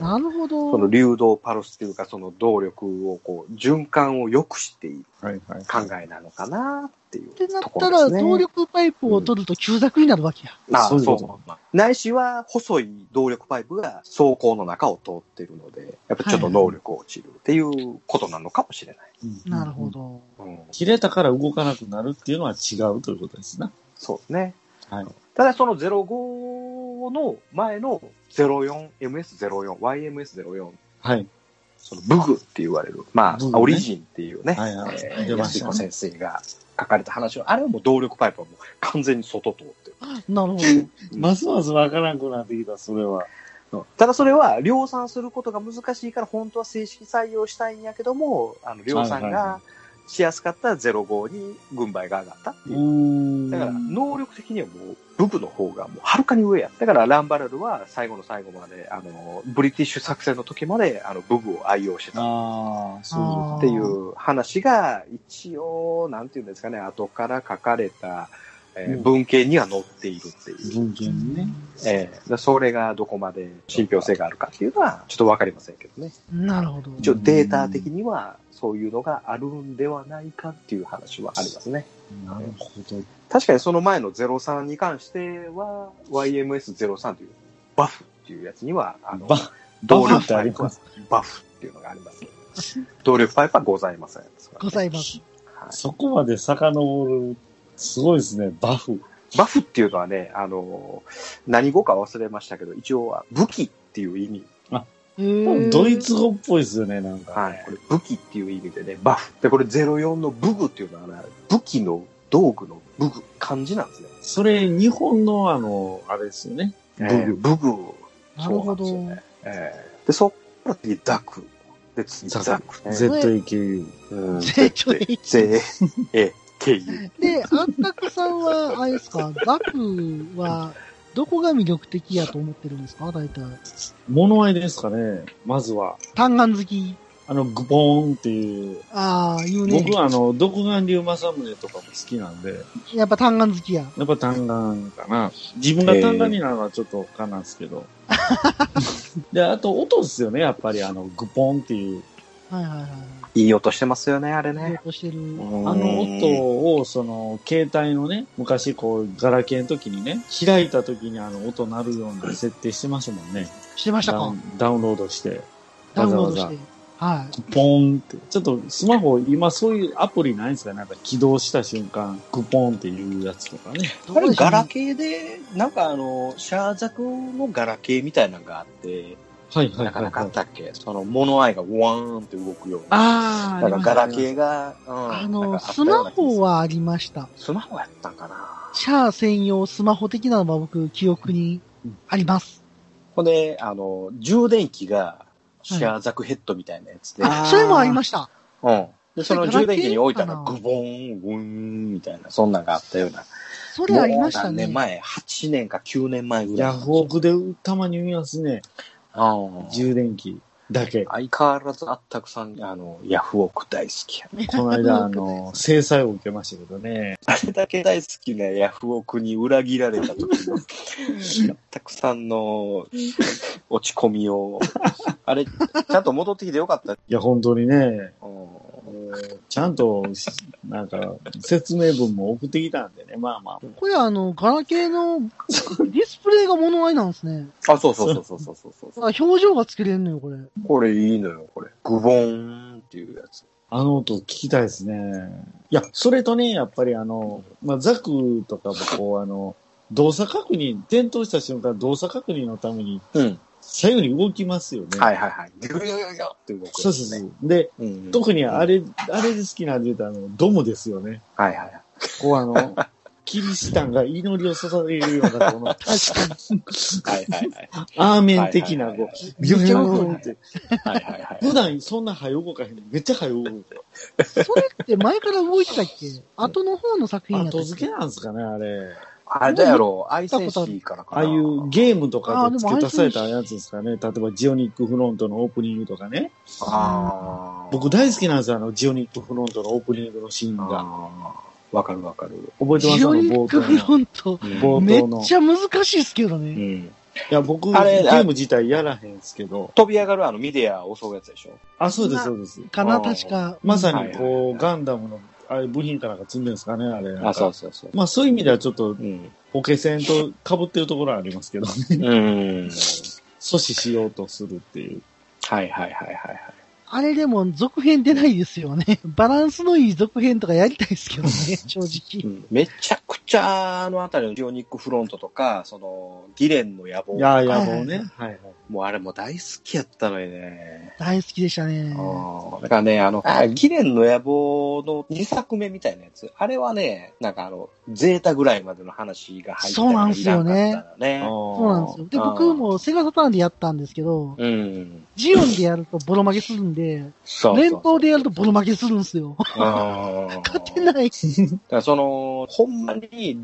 Speaker 1: なるほ
Speaker 3: その
Speaker 1: ど。
Speaker 3: 流動パルスというか、その動力をこう、循環を良くしている
Speaker 2: はいはい。
Speaker 3: 考えなのかなってい
Speaker 1: っ
Speaker 3: う
Speaker 1: てなっ
Speaker 3: とこ
Speaker 1: た
Speaker 3: ろ
Speaker 1: ら、
Speaker 3: ですね。
Speaker 1: 動力パイプを取ると急ザクになるわけや。
Speaker 3: あ
Speaker 2: そう
Speaker 3: そ
Speaker 2: いうこ
Speaker 3: うそ
Speaker 2: と
Speaker 3: う。ないしは、細い動力パイプが走行の中を通っているので、やっぱちょっと能力落ちるっていうことなのかもしれない。
Speaker 2: うん
Speaker 1: なるほ。ど。
Speaker 3: うん、
Speaker 2: 切れたから動かなくなるっていうのは違うということですな。
Speaker 3: そうですね。
Speaker 2: はい。
Speaker 3: ただその05の前の04、MS04、YMS04
Speaker 2: はい。
Speaker 3: そのブグって言われる、ま
Speaker 2: ブグ
Speaker 3: あ、
Speaker 2: ね
Speaker 3: オリジンっていうね、
Speaker 2: はいはい
Speaker 3: え
Speaker 2: 出
Speaker 3: ー
Speaker 2: まし
Speaker 3: 安
Speaker 2: たね
Speaker 3: 彦先生が書かれた話は、あれはもう動力パイプはもう完全に外通ってる
Speaker 1: なるほど。
Speaker 2: ますますわからんくなってきた、それは。
Speaker 3: ただそれは量産することが難しいから本当は正式採用したいんやけども、あの量産
Speaker 2: はいはいは
Speaker 3: がしやすかった05に軍配が上がったっていう。
Speaker 2: ん
Speaker 3: だから能力的にはもうブブの方がもうはるかに上や。だからランバラルは最後の最後まで、あの、ブリティッシュ作戦の時まであのブブを愛用してた。
Speaker 2: ああ、
Speaker 1: あー
Speaker 2: そ
Speaker 3: っていう話が一応、なんていうんですかね、後から書かれた、え
Speaker 2: う
Speaker 3: ー
Speaker 2: ん
Speaker 3: 文献には載っているっていう
Speaker 2: う。文献ね。
Speaker 3: ええ、それがどこまで信憑性があるかっていうのは、ちょっとわかりませんけどね。
Speaker 1: なるほど。
Speaker 3: 一応データ的には、そういうのがあるんではないかっていう話はありますね。
Speaker 2: なるほど。
Speaker 3: 確かにその前の03に関しては、YMS03 というバフっていうやつには、あの
Speaker 2: バ、
Speaker 3: 動
Speaker 2: バフっ
Speaker 3: 力
Speaker 2: てあ
Speaker 3: パ
Speaker 2: り
Speaker 3: イプ
Speaker 2: ま
Speaker 3: は
Speaker 2: す
Speaker 3: バフっていうのがありますけど。動力パイプはございません。
Speaker 1: ございます。
Speaker 3: はい
Speaker 2: そこまで遡る、すごいですね、バフ。
Speaker 3: バフっていうのはね、あの、何語か忘れましたけど、一応は武器っていう意味。
Speaker 2: ドイツ語っぽいですよね、なんか。
Speaker 3: はい。これ武器っていう意味でね、バフ。で、これ04の武具っていうのはね、武器の道具の武具、漢字なんですね。
Speaker 2: それ、日本のあの、あれですよね。
Speaker 3: 武
Speaker 2: ええ
Speaker 3: 具、武具。
Speaker 1: なるほど。
Speaker 3: そうなんですよねええで、そっから次、ザク。で、次、
Speaker 2: ザク
Speaker 3: ザク。ね
Speaker 2: ZAKU。
Speaker 3: うん
Speaker 1: 成長で
Speaker 3: [laughs] Z-A-K-U。
Speaker 1: で、あったくさんは、あれですか、ザクは、どこが魅力的やと思ってるんですか大体。
Speaker 2: 物合いですかね、まずは。
Speaker 1: 単眼好き。
Speaker 2: あの、グポーンっていう。
Speaker 1: ああ、言うね
Speaker 2: 僕。はあの、独眼竜政宗とかも好きなんで、
Speaker 1: やっぱ単眼好きや。
Speaker 2: やっぱ単眼かな。自分が単眼になるのはちょっとかなんですけ [laughs] ど。で、あと音ですよね、やっぱりあの、グポンっていう。
Speaker 1: はいはいはい
Speaker 3: いい音してますよね、あれ
Speaker 1: はい。言お
Speaker 3: ね。
Speaker 1: うとしてる。
Speaker 2: あの音を、その、携帯のね、昔こう、ガラケーの時にね、開いた時にあの、音鳴るような設定してましたもんね。
Speaker 1: してました
Speaker 2: ダウ
Speaker 1: か
Speaker 2: ンダウンロードして。
Speaker 1: ダウ
Speaker 2: ダウ
Speaker 1: ン
Speaker 2: ン
Speaker 1: ロ
Speaker 2: わ
Speaker 1: ード
Speaker 2: ざ
Speaker 1: し
Speaker 2: わざ
Speaker 1: て。はい。
Speaker 2: ポーンって。ちょっとスマホ、今そういうアプリないんですかなんか起動した瞬間、クポンっていうやつとかね。
Speaker 1: ど
Speaker 3: あ
Speaker 1: こ
Speaker 3: れ、
Speaker 1: でしょ
Speaker 3: ガ
Speaker 1: う
Speaker 3: ラ
Speaker 1: ね
Speaker 3: ケーで、なんかあの、シャーザクのガラケーみたいなのがあって、
Speaker 2: はいはい
Speaker 3: な
Speaker 2: は
Speaker 3: か
Speaker 2: い、
Speaker 3: なかあ
Speaker 2: は
Speaker 3: っ
Speaker 2: い。
Speaker 3: たっけその物合いがワーンって動くような。
Speaker 2: あー
Speaker 3: だからガラ
Speaker 2: ー。
Speaker 3: ケーが、うん
Speaker 1: あ
Speaker 3: なん
Speaker 1: の、
Speaker 3: かあ
Speaker 1: ス
Speaker 3: ったよう
Speaker 1: マ
Speaker 3: な気がする
Speaker 1: ホはありました。
Speaker 3: スマホやったんかな。
Speaker 1: シャア専用スマホ的なのは僕、記憶にあります。
Speaker 3: ほんで、あの、充電器が、シャーザクヘッドみたいなやつで、
Speaker 2: はいあー
Speaker 1: それもありました。
Speaker 3: うん。で、その充電器に置いた
Speaker 1: ガ
Speaker 3: ら、
Speaker 1: ラケーかな
Speaker 3: グボーン、グーン、みたいな、そんなんがあったような。
Speaker 1: それありまし
Speaker 3: も
Speaker 1: た
Speaker 3: う何
Speaker 1: ね。
Speaker 3: 年前 ?8 年か9年前ぐらい。
Speaker 2: ヤフオクでたまに見ますね。
Speaker 3: うん
Speaker 2: 充電器だけ。
Speaker 3: 相変わらずあったくさん、あの、ヤフオク大好きや。
Speaker 2: この間、あの、制裁を受けましたけどね。
Speaker 3: あれだけ大好きなヤフオクに裏切られた時の、あったくさんの落ち込みを、あれ、ちゃんと戻ってきてよかった。
Speaker 2: いや、本当にね、
Speaker 3: うん
Speaker 2: ちゃんと、なんか、説明文も送ってきたんでね。まあまあ。
Speaker 1: これあの、ガラケーのディスプレイが物合いなんですね。
Speaker 3: あ、そうそうそうそうそうそうそ
Speaker 1: あ
Speaker 3: う
Speaker 1: 表情がつけれんのよ、これ。
Speaker 3: これいいのよ、これ。グボーンっていうやつ。
Speaker 2: あの音聞きたいですね。いや、それとね、やっぱりあの、まあ、ザクとかもこう、あの、動作確認、転倒した瞬間動作確認のために
Speaker 3: うん。
Speaker 2: 左右に動きますよね。。
Speaker 3: はいいはいはい。ギュギュギュギュって動く、
Speaker 2: そうそうそう。で、
Speaker 3: うんうん。
Speaker 2: 特にあ
Speaker 3: れ。
Speaker 2: れ、あれで好きなんで言うと、あの、ドムですよね。
Speaker 3: はいはい。
Speaker 2: こうあ
Speaker 3: [laughs]
Speaker 2: の、キリシタンが祈りを捧げるような、この、
Speaker 3: はいはいはい。
Speaker 2: アーメン的な、こう、ビュンビュンビュンって。
Speaker 3: はいはいはい。
Speaker 2: [laughs] 普段そんな早動かへんのにめっちゃ早動く。
Speaker 1: それって前から動いてたっけ後の方の作品やった
Speaker 2: 後
Speaker 1: っ
Speaker 2: 付
Speaker 1: け
Speaker 2: けなんですかね、あれ。
Speaker 3: あれだやろ、アイセンシーからか
Speaker 2: あ
Speaker 3: な。
Speaker 2: あいうゲームと
Speaker 1: あ
Speaker 2: か
Speaker 1: ーで
Speaker 2: で
Speaker 1: も
Speaker 2: 付け足されたやつですかね。例えばジオニックフロントのオープニングとかね。
Speaker 3: あー
Speaker 2: 僕大好きなんですよ、あのジオニックフロントのオープニングのシーンが。
Speaker 3: あーわかるわかる。
Speaker 2: 覚えてます
Speaker 1: ジオ
Speaker 2: あ
Speaker 1: ニッ
Speaker 2: の冒頭
Speaker 1: クフ
Speaker 2: の。
Speaker 1: ロント。
Speaker 2: 冒
Speaker 1: めっ
Speaker 2: 頭の。
Speaker 1: ちゃ難しいっすけど
Speaker 3: う
Speaker 1: ね。
Speaker 3: ん。
Speaker 2: いや、僕、ゲ
Speaker 3: あれあ
Speaker 2: ーム自体やらへんすけど。
Speaker 3: 飛び上がるあのミディアを襲うやつでしょ。
Speaker 2: あ、そうです、そうです。
Speaker 1: かな、
Speaker 3: あー
Speaker 1: 確か。
Speaker 2: まさ
Speaker 3: はい
Speaker 2: に
Speaker 3: はいはい
Speaker 2: こ
Speaker 3: は
Speaker 2: う、
Speaker 3: い
Speaker 2: ガンダムの、あれ部品かなんか積んでるんですかね、あれ。
Speaker 3: あ、そうそうそう。
Speaker 2: まあそういう意味ではちょっと
Speaker 3: うん。
Speaker 2: ポケセンと被ってるところはありますけどね。
Speaker 3: うん。はい
Speaker 2: 阻止しようとするっていう。
Speaker 3: はいはいはいはい。
Speaker 1: あれでも続編出ないですよね。バランスのいい続編とかやりたいですけどね、正
Speaker 3: う
Speaker 1: 直。
Speaker 3: んめちゃくちゃあのあたりのジオニックフロントとか、そのギレンの野望
Speaker 2: い
Speaker 3: とか
Speaker 2: や、野望ね。はいはい。
Speaker 3: もうあれも大好きやったのよね。
Speaker 1: 大好きでしたね。
Speaker 3: うんだからね、あの、あギレンの野望の2作目みたいなやつ、あれはね、なんかあの、ゼータぐらいまでの話が入ってた
Speaker 1: そうなんすよね
Speaker 3: いらんかったのね
Speaker 1: そうなんですよ。で、僕。もセガサターンでやったんですけど、
Speaker 3: うん。
Speaker 1: ジオンでやるとボロ負けするんで、
Speaker 3: そうそう
Speaker 1: 連投でやるとボロ負けするんですよ。
Speaker 3: うん
Speaker 1: 勝てない。
Speaker 3: だからその、ほんまに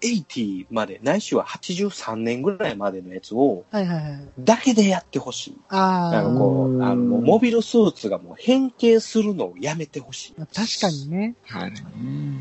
Speaker 3: 0080まで、ないしは83年ぐらいまでのやつを、
Speaker 1: はいはいはい。
Speaker 3: だけでやってほしい。
Speaker 1: あ
Speaker 3: あの、
Speaker 1: あ、
Speaker 3: こう、あの、もうモビルスーツがもう変形するのをやめてほしい。
Speaker 1: 確かにね。
Speaker 2: はい。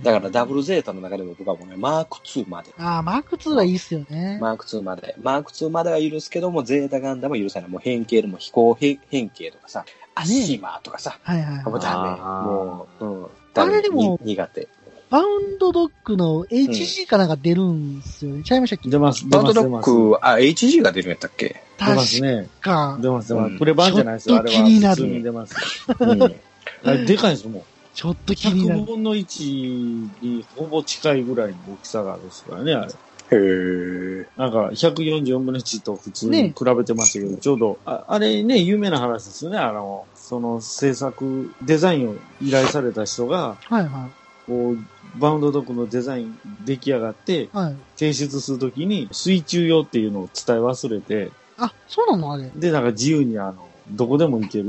Speaker 3: だからダブルゼータの中でも僕はもうね、マーク2まで。
Speaker 1: ああ、マーク2はいいっすよね。
Speaker 3: マーク2まで。マーク2までは許すけども、ゼータガンダムは許さない。もう変形でも飛行変変形とかさ、アッシマーとかさ。
Speaker 1: はいはいは
Speaker 3: もう
Speaker 1: い。
Speaker 3: ダメ。
Speaker 2: あー
Speaker 3: もう、うん。
Speaker 1: あれでも
Speaker 3: ダメに苦手。
Speaker 1: バウンドドッグの HG かなんか出るんですよね。ちゃいましたっけ
Speaker 2: 出ます、出
Speaker 3: バウ
Speaker 2: ま
Speaker 3: ンド
Speaker 2: す、
Speaker 3: ド
Speaker 2: 出ます。
Speaker 3: ック、あ、HG が出るんやったっけ
Speaker 2: 出
Speaker 1: 確
Speaker 2: ますね。
Speaker 1: か。
Speaker 2: 出ます、出ま
Speaker 3: うん
Speaker 2: す。プレ版じゃないですよ、
Speaker 1: ちょ
Speaker 2: あ
Speaker 1: っと
Speaker 2: れ
Speaker 1: 気
Speaker 2: は。
Speaker 1: になる
Speaker 2: 普通に出ます。
Speaker 3: うん。
Speaker 2: あれでかいですもん。
Speaker 1: ちょっと気にな
Speaker 2: 100
Speaker 1: る。
Speaker 2: 分の1にほぼ近いぐらいの大きさがあるんですからね、あれ。
Speaker 3: へー。
Speaker 2: なんか、144分の1と普通に
Speaker 1: ね
Speaker 2: 比べてましたけど、ちょうど、ああれね、有名な話ですよね。あの、その制作、デザインを依頼された人が、
Speaker 1: はいは
Speaker 2: こう、バウンドドッグのデザイン出来上がって、
Speaker 1: い。はい。
Speaker 2: 提出するときに、水中用っていうのを伝え忘れて、
Speaker 1: あ、そうなのあれ。 [laughs]
Speaker 2: で、なんか自由にあの、どこでも行ける。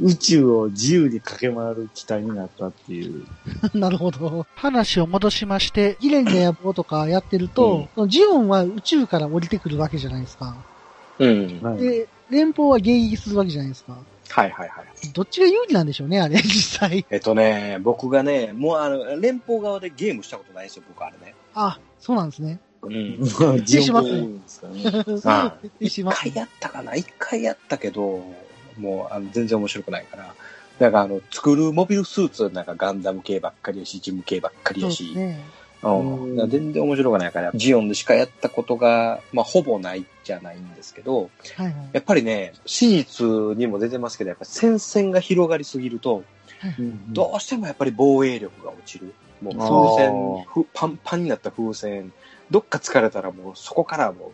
Speaker 2: 宇宙を自由に駆け回る機体になったっていう。
Speaker 1: なるほど。話を戻しまして、ギレンの野望とかやってると、そのジオンは宇宙から降りてくるわけじゃないですか。
Speaker 3: うん。は
Speaker 2: は
Speaker 3: い
Speaker 2: い
Speaker 1: で、連邦は迎撃するわけじゃないですか。
Speaker 3: はいはい。
Speaker 1: どっちが有利なんでしょうね、あれ、 [laughs] 実際。
Speaker 3: えっとね、僕がね、もうあの、連邦側でゲームしたことないんですよ、僕あれね。
Speaker 1: あ、そうなんですね。
Speaker 3: うん。
Speaker 2: まあ、
Speaker 1: 失礼しますね
Speaker 2: 自分ですかね。
Speaker 1: [laughs]
Speaker 3: あ
Speaker 1: そうてし
Speaker 3: 一
Speaker 1: まう
Speaker 3: 回やったかな一回やったけど、もうあの全然面白くないから。だからあの、作るモビルスーツなんかガンダム系ばっかりやし、ジム系ばっかり
Speaker 1: そう
Speaker 3: や
Speaker 1: です
Speaker 3: し。
Speaker 1: ね。
Speaker 3: うん
Speaker 2: うん
Speaker 3: だから全然面白くないから、ジオンでしかやったことが、まあほぼないじゃないんですけど、
Speaker 1: はいはい。
Speaker 3: やっぱりね、史実にも出てますけど、やっぱ戦線が広がりすぎると、
Speaker 2: ど
Speaker 3: どうしてもやっぱり防衛力が落ちる。もう
Speaker 2: あー
Speaker 3: 風船ふ、パンパンになった風船、どっか疲れたらもうそこからも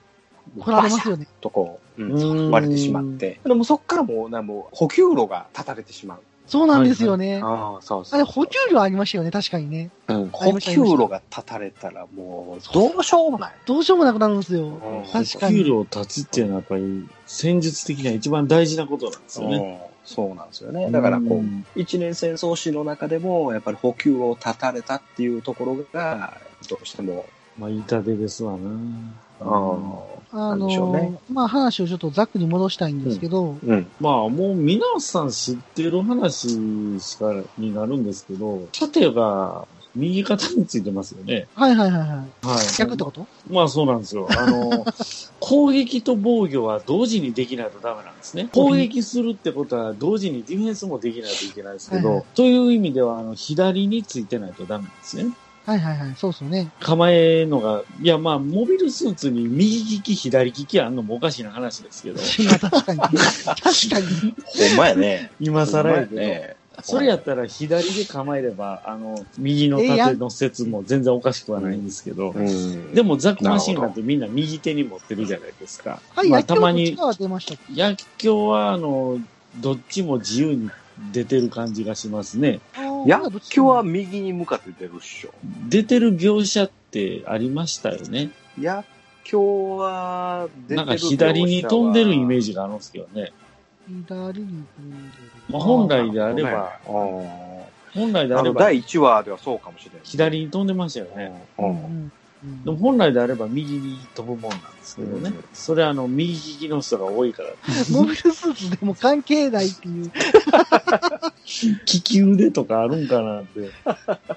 Speaker 3: う、
Speaker 1: 来られます
Speaker 3: シャ
Speaker 1: よ
Speaker 3: ッ
Speaker 1: ね。
Speaker 3: とこう、うん
Speaker 2: うん
Speaker 3: 割れてしまって。でもそこからもう、なもう補給路が断たれてしまう。
Speaker 1: そうなんですよね。
Speaker 3: ああ、そうそ
Speaker 1: あ
Speaker 3: う
Speaker 1: れ、補給量ありましたよね、確かにね。
Speaker 3: うん
Speaker 1: あり
Speaker 3: 補
Speaker 1: ました
Speaker 3: 給路が断たれたらもう、どうしようもない。
Speaker 1: どうしようもなくなるんですよ。確か
Speaker 2: 給
Speaker 1: に。
Speaker 2: 料を断つっていうのはやっぱり戦術的には一番大事なことなんですよね。
Speaker 3: うんそうなんですよね。だからこ
Speaker 2: ん
Speaker 3: う、一年戦争史の中でも、やっぱり補給を断たれたっていうところが、どうしても、
Speaker 2: まあ、痛手ですわな。
Speaker 3: うん
Speaker 1: あ
Speaker 3: なんでしょうね
Speaker 1: の、まあ話をちょっとざっくり戻したいんですけど、
Speaker 3: うん。
Speaker 2: まあ、もう皆さん知ってる話しかになるんですけど、例えば、右肩についてますよね。
Speaker 1: はいはいはいはい。
Speaker 2: はい。
Speaker 1: 逆ってこと
Speaker 2: まあそうなんですよ。あ [laughs] の、攻撃と防御は同時にできないとダメなんですね。攻撃するってことは同時にディフェンスもできないといけないですけ
Speaker 1: はいは
Speaker 2: ど
Speaker 1: い、
Speaker 2: という意味では、あの、左についてないとダメなんですね。
Speaker 1: はいはいはい、そうですよね。
Speaker 2: 構えのが、いやまあ、モビルスーツに右利き、左利きあんのもおかしな話ですけど、
Speaker 1: まあ確
Speaker 3: [laughs]
Speaker 1: かに。確かに。
Speaker 3: ほんまやね。
Speaker 2: 今更やけど、
Speaker 3: ね。
Speaker 2: それやったら左で構えれば、あの、右の
Speaker 1: ええや
Speaker 2: 縦
Speaker 1: ん
Speaker 2: の説も全然おかしくはないんですけど、
Speaker 3: うん。
Speaker 2: でもザクマシン
Speaker 3: な
Speaker 2: な
Speaker 3: る
Speaker 2: んてみんな右手に持ってるじゃないですか。
Speaker 1: はい、
Speaker 2: まあ
Speaker 1: 野球
Speaker 2: たま
Speaker 1: の
Speaker 2: に
Speaker 1: 力出ましたっけ。
Speaker 2: 薬莢は、あの、どっちも自由に出てる感じがしますね。
Speaker 3: 野球は、右に向かって出るっしょ。
Speaker 2: 出てる描写ってありましたよね。
Speaker 3: 野球は出てる
Speaker 2: なんか左に飛んでるイメー
Speaker 3: ジ。
Speaker 2: ジがあるんですけどね。
Speaker 1: 左に飛んでる
Speaker 2: まあ、本来であれば、
Speaker 3: あー
Speaker 2: 本来であ
Speaker 3: あ
Speaker 2: れ
Speaker 3: の、
Speaker 2: ば
Speaker 3: 第1話ではそうかもしれない。
Speaker 2: 左に飛んでましたよね。
Speaker 3: う
Speaker 1: うん
Speaker 3: ん。
Speaker 1: うん
Speaker 2: でも本来であれば右に飛ぶもんなんですけどね
Speaker 3: うん。
Speaker 2: それはあの、右利きの人が多いから、
Speaker 1: [laughs] モビルスーツでも関係ないっていう。
Speaker 2: 利き腕とかあるんかなって。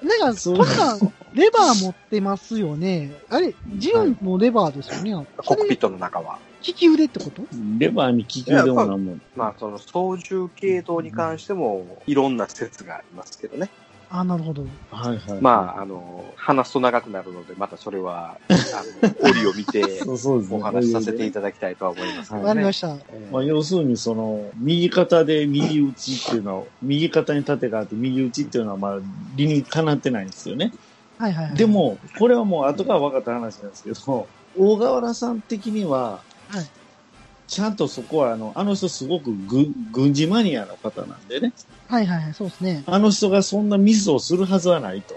Speaker 1: なんか、
Speaker 2: そう
Speaker 1: トシさん、レバー持ってますよね。あれ、ジオンもレバーですよね。
Speaker 3: コックピッ
Speaker 1: れ、
Speaker 3: トの中は。
Speaker 1: 利き腕ってこと
Speaker 2: レバーに利き腕もなんもん。
Speaker 3: まあ、その操縦系統に関しても、いろんな説がありますけどね。
Speaker 1: あなるほど。
Speaker 2: はいはい。
Speaker 3: まあ、あの、話すと長くなるので、またそ
Speaker 2: [laughs]
Speaker 3: れは、あの、折を見て、
Speaker 2: そうそうですね。
Speaker 3: お話しさせていただきたいとは思いますけ
Speaker 1: わ
Speaker 3: ど
Speaker 1: かりま
Speaker 3: ね。
Speaker 1: した。
Speaker 2: まあ、要するに、その、右肩で右打ちっていうのは、右肩に縦があって右打ちっていうのは、まあ、理にかなってないんですよね。
Speaker 1: はいはいはい。
Speaker 2: で、も、これはもう後から分かった話なんですけど、大河原さん的には、
Speaker 1: はい
Speaker 2: ちゃんとそこは、あの、あの人すごく軍軍事マニアの方なんでね、
Speaker 1: はいはいはい、そうですね。
Speaker 2: あの人がそんなミスをするはずはないと。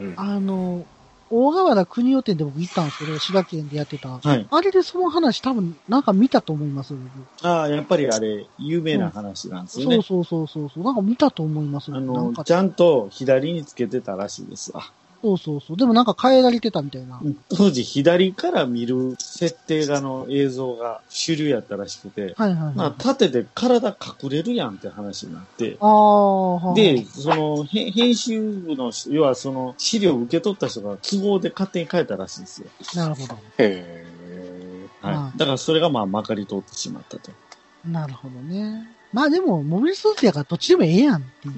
Speaker 3: うん
Speaker 1: あの、大河原国予店で僕行ったんですけど、滋賀県でやってた。
Speaker 2: はい。
Speaker 1: あれでその話多分なんか見たと思います、僕。
Speaker 2: ああ、やっぱりあれ、有名な話なんですよ
Speaker 1: そう
Speaker 2: ね。
Speaker 1: そうそうそうそう。なんか見たと思います。
Speaker 2: あ
Speaker 1: な
Speaker 2: の
Speaker 1: んか、
Speaker 2: ちゃんと左につけてたらしいですわ。
Speaker 1: そうそうそう。でもなんか変えられてたみたいな。
Speaker 2: 当時左から見る設定がの映像が主流やったらしくて、
Speaker 1: はいはい、はい。
Speaker 2: まあ、縦で体隠れるやんって話になって、
Speaker 1: ああ、はあ
Speaker 2: で、、その、へ編集部の、要はその、資料を受け取った人が都合で勝手に書いたらしいんですよ。
Speaker 1: なるほど。
Speaker 3: へ
Speaker 2: は
Speaker 1: あ
Speaker 2: い。だからそれがまあ、まかり通ってしまったと。
Speaker 1: なるほどね。まあでも、モビルスーツやからどっちでもええやんって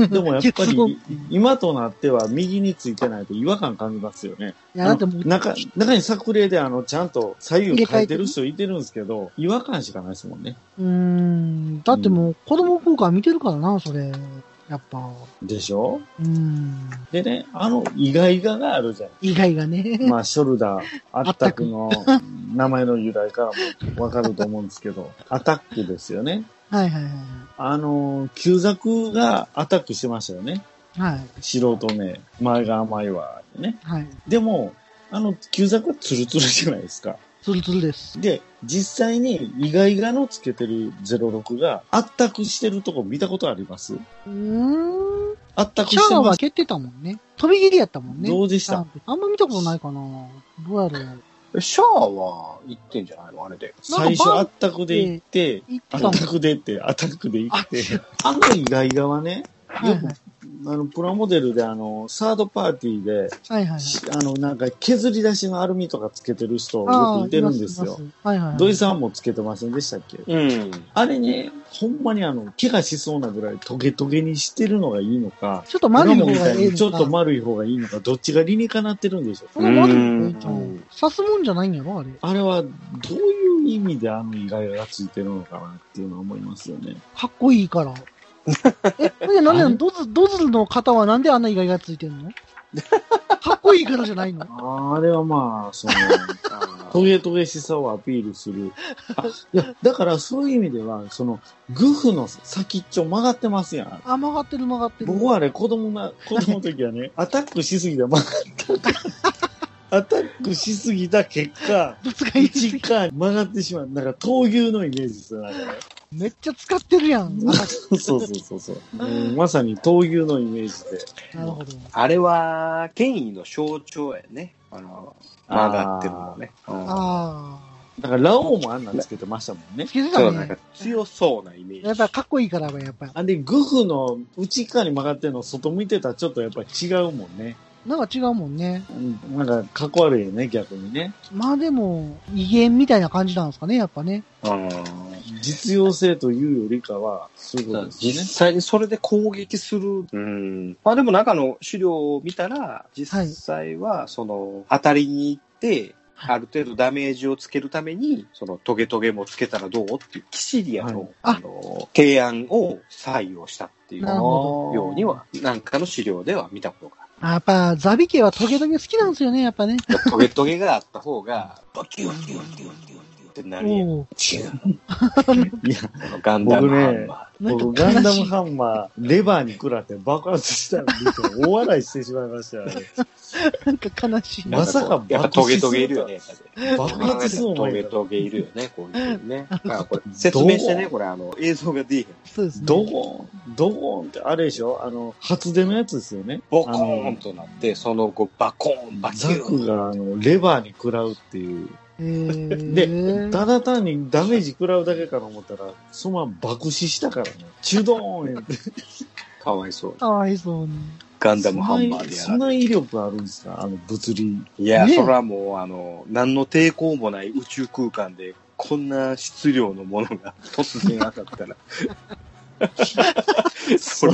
Speaker 1: いう。 [laughs]
Speaker 2: でもやっぱ
Speaker 1: 結論い
Speaker 2: り、今となっては右についてないと違和感感じますよね。
Speaker 1: や、だってもう、
Speaker 2: 中、中に作例であの、ちゃんと左右
Speaker 1: 入れ替
Speaker 2: 変
Speaker 1: え
Speaker 2: え
Speaker 1: て
Speaker 2: て
Speaker 1: る
Speaker 2: る人いてるんですけど、違和感しかないですもんね。
Speaker 1: うーん、だってもう子供効果見てるからな、それ。やっぱ。
Speaker 2: でしょ
Speaker 1: うーん。
Speaker 2: でね、あの、意外ががあるじゃん。
Speaker 1: 意外がね。
Speaker 2: まあ、ショルダー、アタックの名前の由来からもわかると思うんですけど、アタックですよね。
Speaker 1: [laughs] はいはい
Speaker 2: あの、旧作がアタックしてましたよね。
Speaker 1: はい。はい。
Speaker 2: 素人ね、前が甘いわ、ね。
Speaker 1: はい。
Speaker 2: でも、あの、旧作はツルツルじゃないですか。
Speaker 1: ツルツルです。
Speaker 2: で、実際に意外がのつけてる06が圧迫してるとこ見たことあります
Speaker 1: うーん。
Speaker 2: 圧迫
Speaker 1: シ
Speaker 2: し
Speaker 1: ャ
Speaker 2: て
Speaker 1: ア
Speaker 2: ま
Speaker 1: は
Speaker 2: す。
Speaker 1: 蹴ってたもんね。飛び蹴りやったもんね。
Speaker 2: どうでし
Speaker 1: シャア
Speaker 2: た
Speaker 1: ってあんま見たことないかな。どうやろう。
Speaker 3: え。シャアは行ってんじゃないのあれで。
Speaker 2: 最初
Speaker 1: なん
Speaker 2: 圧迫で行って、
Speaker 1: 言ってた
Speaker 2: ア
Speaker 1: も
Speaker 2: タ
Speaker 1: ん。
Speaker 2: ックでって、アタックで行って、あの意外側ね、
Speaker 1: はい
Speaker 2: よ
Speaker 1: はい
Speaker 2: く、あの、プラモデルで、あの、サードパーティーで、
Speaker 1: はいはいはい。
Speaker 2: しあの、なんか削り出しのアルミとかつけてる人、よくいてるんです
Speaker 1: あー
Speaker 2: よ
Speaker 1: い。ますいますはいはいはい。
Speaker 2: 土井さんもつけてませんでしたっけ
Speaker 3: うん。
Speaker 2: あれね、ほんまにあの、怪我しそうなぐらいトゲトゲにしてるのがいいのか、
Speaker 1: ちょっと丸い方
Speaker 2: み
Speaker 1: が
Speaker 2: たい
Speaker 1: ええ
Speaker 2: にちょっと
Speaker 1: ま、
Speaker 2: 丸い方がいいのか、どっちが理にかなってるんでしょう。
Speaker 1: この丸い方がいい
Speaker 3: うん
Speaker 1: 刺すもんじゃないんやろあれ。
Speaker 2: あれは、どういう意味であの意外がついてるのかなっていうのは思いますよね。
Speaker 1: かっこいいから。え、それでなんで
Speaker 2: あれ
Speaker 1: ドズ、ドズルの方はなんであんな意外がついてんのかっこいいからじゃないの
Speaker 2: ああれはまあ、その、
Speaker 3: あ
Speaker 2: [laughs] ト
Speaker 3: ー
Speaker 2: ゲトゲしさをアピールする。あいや、だからそういう意味では、その、グフの先っちょ曲がってますやん。
Speaker 1: あ、曲がってる曲がってる。
Speaker 2: 僕はあれ、子供な、子供の時は [laughs] ね、アタックしすぎた曲がった。 [laughs] アタックしすぎた結果、
Speaker 1: ぶつかりす
Speaker 2: [laughs] 一
Speaker 1: ぎ
Speaker 2: 回曲がってしまう。なんか闘牛のイメージですよ、なんかね。
Speaker 1: めっちゃ使ってるやん。な
Speaker 2: [laughs] そうそうそうそう。うんまさに闘牛のイメージで。
Speaker 1: るほど。
Speaker 3: あれは、権威の象徴やね。あの、曲がってるのね。うん
Speaker 1: あ
Speaker 2: だから、ラオウもあんなんつけてましたもんね
Speaker 1: ー。。つけて
Speaker 3: そ
Speaker 1: た
Speaker 3: う、なんか
Speaker 1: ね。
Speaker 3: 強そうなイメ
Speaker 1: や
Speaker 3: ー
Speaker 1: っ
Speaker 3: ジ
Speaker 1: ぱ。かっこいいから、やっぱ。
Speaker 2: あれ、グフの内側に曲がってるの、外向いてたらちょっとやっぱり違うもんね。
Speaker 1: なんか違うもんね。
Speaker 2: うんなんか、かっこ悪いよね、逆にね。
Speaker 1: まあでも、威厳みたいな感じなんですかね、やっぱね。
Speaker 3: うん
Speaker 2: 実用性というよりかは、そういうことです
Speaker 3: 実
Speaker 2: ね。
Speaker 3: 際にそれで攻撃する。うん。まあでも中の資料を見たら、実際は、その、当たりに行って、
Speaker 1: はい
Speaker 3: ある程度ダメージをつけるために、そのトゲトゲもつけたらどうっていう、キシリアの,、
Speaker 2: はい
Speaker 1: あ
Speaker 3: あの提案を採用したっていう
Speaker 1: なる
Speaker 3: よ
Speaker 1: ほど
Speaker 3: うには、なんかの資料では見たことがある
Speaker 1: あやっぱ、ザビ家はトゲトゲ好きなんですよね、やっぱね。
Speaker 3: トゲトゲがあった方が、バキュンキュンキュンキュンキュンってなるやん。
Speaker 1: おお。
Speaker 3: チュン
Speaker 2: いや、
Speaker 3: あのガンダム
Speaker 2: 僕ね
Speaker 3: ハンマ
Speaker 1: なん
Speaker 2: 僕、
Speaker 1: か
Speaker 2: ガンダ
Speaker 1: 悲
Speaker 2: ム
Speaker 1: しい。
Speaker 2: ハンマー、レバーに食らって爆発したの見て、大笑いしてしまいましたよね。
Speaker 1: なんか悲しい
Speaker 3: ー。
Speaker 2: まさか
Speaker 3: やっぱトゲトゲいるよね。
Speaker 2: 爆発する
Speaker 3: ト
Speaker 2: もん
Speaker 3: ゲ
Speaker 2: ね。
Speaker 3: トゲいるよね、こういうのね。だからこれ説明してね、これあの映像が出えへん。
Speaker 1: そうですね。
Speaker 2: [laughs] ドゴーン、ドゴーンって、あれでしょあの、初出のやつですよね。
Speaker 3: ボコーンとなって、その後バコーン、バキ
Speaker 2: ザ
Speaker 3: ュー
Speaker 2: ク
Speaker 3: ン。
Speaker 2: があのレバーに食らうっていう。
Speaker 1: えー、
Speaker 2: で、ただ単にダメージ食らうだけかと思ったら、そのまま爆死したからね。チュドーンやって。
Speaker 3: かわいそう。
Speaker 1: かわいそうに。
Speaker 3: ガンダムハンマーでや
Speaker 2: そん
Speaker 3: ら
Speaker 2: な
Speaker 3: れる
Speaker 2: 威力あるんですかあの物理。
Speaker 3: いや、
Speaker 1: ねえ
Speaker 3: それはもう、あの、何の抵抗もない宇宙空間で、
Speaker 2: [laughs]
Speaker 3: こんな質量のものが突然当たったら、それ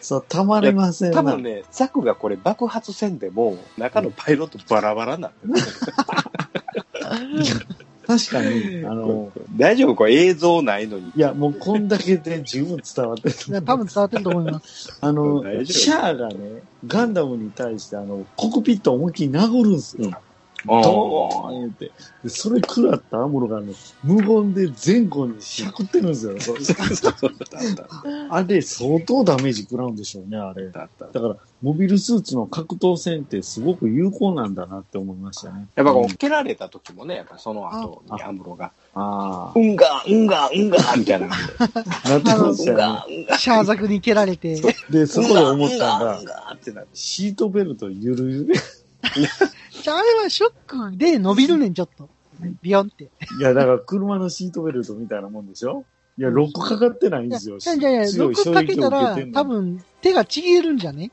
Speaker 2: そう、たまりませんな
Speaker 3: 多分ね、ザクがこれ爆発せんでも、中のパイロットバラバラになってる。
Speaker 2: 確かに、あの、
Speaker 3: 大丈夫これ映像ないのに。
Speaker 2: いや、もうこんだけで十分伝わってると思う。
Speaker 1: 多分伝わってると思います。
Speaker 2: あの
Speaker 3: 大丈、夫
Speaker 2: シャアがね、ガンダムに対して、あの、コクピット思いっきり殴るんですよ。ドーン言って。で、それ食らったアムロが、あの、無言で前後にしゃくってるんですよ。
Speaker 3: そうそうそうだった
Speaker 2: あれ、相当ダメージ食らうんでしょうね、あれ。だ
Speaker 3: だった
Speaker 2: から、モビルスーツの格闘戦ってすごく有効なんだなって思いましたね。
Speaker 3: やっぱこう、蹴られた時もね、やっぱその後にアムロが、
Speaker 2: あ
Speaker 3: うんが、うんが、うんが、みたいな。
Speaker 2: あ、なってま
Speaker 3: う
Speaker 2: し
Speaker 3: ん
Speaker 2: たね。
Speaker 3: が、うんが、
Speaker 1: シャーザクに蹴られて、
Speaker 2: で、そこで思ったん
Speaker 3: う
Speaker 2: が
Speaker 3: ん、が、ってなって。
Speaker 2: シートベルトゆるゆる。 [laughs]
Speaker 1: じゃああれはショックで伸びるねん、ちょっと。ビヨンって。
Speaker 2: いや、だから車のシートベルトみたいなもんでしょいや、ロックかかってないん
Speaker 1: い
Speaker 2: で
Speaker 1: や、
Speaker 2: すよ。
Speaker 1: じゃあじゃあじゃあ、
Speaker 2: 強い衝
Speaker 1: 6かけ
Speaker 2: 撃
Speaker 1: た
Speaker 2: を受け
Speaker 1: ら
Speaker 2: てん、の
Speaker 1: 多分、手がちぎれるんじゃね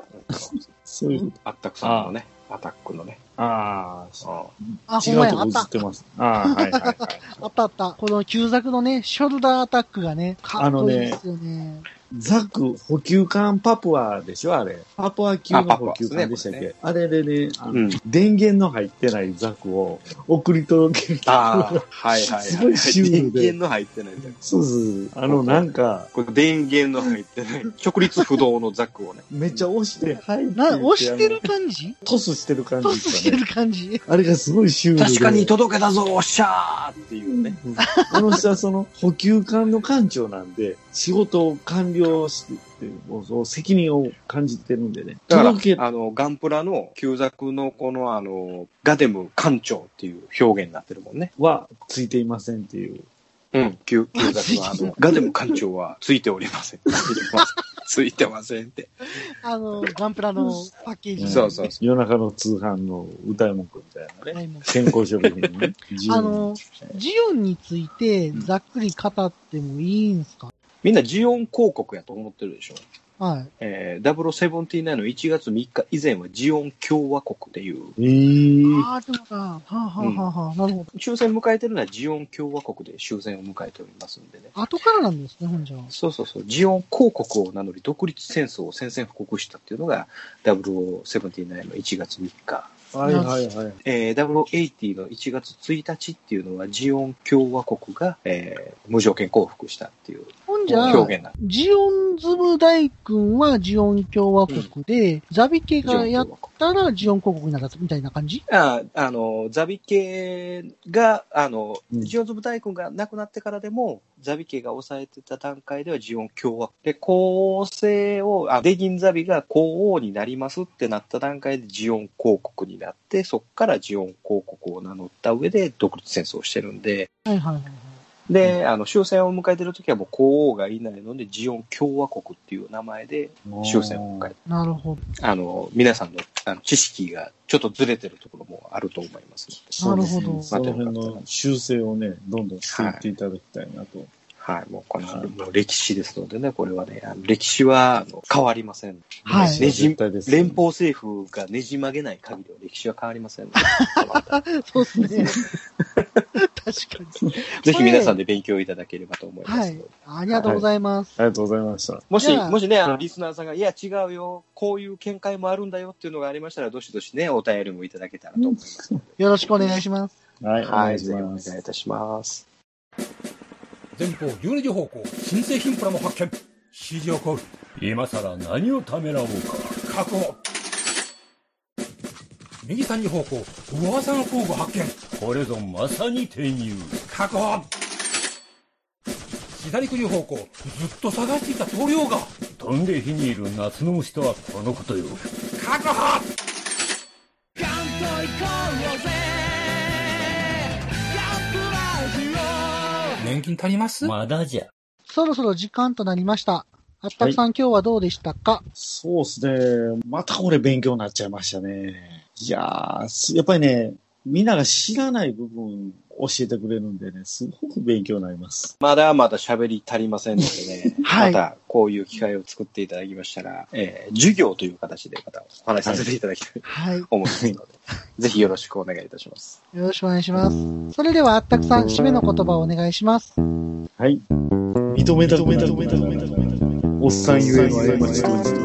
Speaker 2: そういう。
Speaker 3: アタックさんのね、アタックのね。
Speaker 2: ああ、
Speaker 3: うん
Speaker 1: あ、ほ
Speaker 2: 違
Speaker 1: んま
Speaker 2: う
Speaker 1: や、
Speaker 2: と
Speaker 1: あ
Speaker 2: こ
Speaker 1: っ
Speaker 2: 映
Speaker 1: た
Speaker 2: っ。てます。ああ、はいはいはい。
Speaker 1: あったあった。この旧作のね、ショルダーアタックがね、かっこいいですよね。
Speaker 2: ザク補給艦パプアでしょあれ。パプア級の補給艦でしたっけあ,、れでね、あの
Speaker 3: うん
Speaker 2: 電源の入ってないザクを送り届ける。
Speaker 3: ああ、はいはいはい。
Speaker 2: すごいシュールで
Speaker 3: 電源の入ってないんだよ。
Speaker 2: そうそうそう。あの、なんか、
Speaker 3: これ電源の入ってない。直立不動のザクをね。
Speaker 2: めっちゃ押して、はいって言っ
Speaker 1: な、
Speaker 2: て。
Speaker 1: 押してる
Speaker 2: あ
Speaker 1: 感じ
Speaker 2: のトスしてる感じ
Speaker 1: ト
Speaker 2: で
Speaker 1: ス
Speaker 2: す
Speaker 1: して
Speaker 2: かね。
Speaker 1: る感じ
Speaker 2: あれがすごいシュールで。
Speaker 3: 確かに届けたぞ、おっしゃーっていうね。
Speaker 2: うんこの人はその補給艦の艦長なんで、仕事を完了してって、もうそう責任を感じてるんでね。
Speaker 3: だか
Speaker 2: 届け、
Speaker 3: ら、あの、ガンプラの旧作のこの、あの、ガデム艦長っていう表現になってるもんね。
Speaker 2: はついていませんっていう。
Speaker 3: うん。旧、旧作のあの、ガデム艦長はついておりません。
Speaker 2: [laughs]
Speaker 3: ついてませんついてませんって。
Speaker 1: あの、ガンプラのパッケージ。
Speaker 3: そうそうそ
Speaker 2: 夜中の通販の歌い文句みたいなね。
Speaker 1: ないもん
Speaker 2: 健康食品の
Speaker 1: [laughs]
Speaker 2: ね。
Speaker 1: あの、ジオンについてざっくり語ってもいいんすか
Speaker 3: みんなジオン広告やと思ってるでしょ。
Speaker 1: はい。
Speaker 3: えー、0079の1月3日以前はジオン共和国っていう、
Speaker 2: えー、
Speaker 1: ああ、でもな、はあ、はあはあはあ、なるほど。
Speaker 3: 終戦迎えてるのはジオン共和国で終戦を迎えておりますんでね。
Speaker 1: 後からなんですね、ほんじゃ。
Speaker 3: そうそうそう、ジオン公国を名乗り、独立戦争を宣戦布告したっていうのが、0079の1月3日、
Speaker 2: はいはいはい。
Speaker 3: えー、0080の1月1日っていうのは、ジオン共和国が、えー無条件降伏したっていう
Speaker 1: ほんじゃ、
Speaker 3: 表現なんで
Speaker 1: ジオンズム大君はジオン共和国で、ザビ家
Speaker 3: す。ジオ
Speaker 1: がや
Speaker 3: ン
Speaker 1: っ
Speaker 3: 共和
Speaker 1: た
Speaker 3: 国。
Speaker 1: らジオン公国になったみたいな感じ
Speaker 3: ああのザビ系が、あの
Speaker 2: うん
Speaker 3: ジオンズ部大君が亡くなってからでも、ザビ系が抑えてた段階ではジオン共和国で、公正をあ、デギンザビが皇王になりますってなった段階でジオン公国になって、そこからジオン公国を名乗った上で独立戦争をしてるんで、
Speaker 1: はいはいはいはい。
Speaker 3: で、あの終戦を迎えてる時はもう皇王がいないので、ジオン共和国っていう名前で終戦を迎えて、
Speaker 1: なるほど。
Speaker 3: あの皆さんのあの知識がちょっとずれてるところもあると思いますので。
Speaker 2: そうです
Speaker 1: なるほど
Speaker 2: その辺の修正をね、どんどんしていっていただきたいなと。
Speaker 3: はい、もうこの、
Speaker 2: はい
Speaker 3: もう歴史ですのでね、これはね、あの歴史はあの変わりません。
Speaker 1: はい
Speaker 2: ね絶対ですね
Speaker 3: 連邦政府がねじ曲げない限りは歴史は変わりません
Speaker 1: [laughs]
Speaker 3: ので、
Speaker 1: そうです [laughs] ね。確かに。
Speaker 3: ぜひ皆さんで勉強いただければと思いま
Speaker 1: は
Speaker 3: すの
Speaker 1: い
Speaker 3: で。。
Speaker 1: ありがとうございます。
Speaker 2: ありがとうございました。
Speaker 3: もし、
Speaker 1: じゃあ
Speaker 3: もしね、あの、リスナーさんが、いや、違うよ、こういう見解もあるんだよっていうのがありましたら、どしどしね、お便りもいただけたらと思いますので。
Speaker 1: よろしくお願いします。
Speaker 2: はい、お
Speaker 3: は
Speaker 2: 願
Speaker 3: い、
Speaker 2: いし
Speaker 3: ぜひお願
Speaker 2: ま
Speaker 3: い
Speaker 2: す。
Speaker 3: いたします。
Speaker 4: 前方12時方向新製品プラモ発見指示をコール
Speaker 5: 今さら何をためらおうか。
Speaker 4: 確保右3時方向噂の工具発見
Speaker 5: これぞまさに転入。
Speaker 4: 確保左9時方向ずっと探していた塗料が
Speaker 5: 飛んで火にいる夏の虫とはこのことよ。
Speaker 4: 確保年金足ります
Speaker 5: まだじゃ。
Speaker 1: そろそろ時間となりました。あったくさん、今日はどうでしたか
Speaker 2: そうですね。またこれ勉強になっちゃいましたね。いやー、すやっぱりね、みんなが知らない部分教えてくれるんでね、すごく勉強になります。
Speaker 3: まだまだ喋り足りませんのでね、
Speaker 1: はい
Speaker 3: またこういう機会を作っていただきましたら、えー授業という形でまたお話しさせていただきたい
Speaker 1: はい。よ
Speaker 3: 思いますので、 [laughs] ぜひよろしくお願いいたします。
Speaker 1: ろしくお願いします。それではあったくさん、締めの言葉をお願いします。
Speaker 2: はい。認めたくなる。おっさんゆえの過ちと自分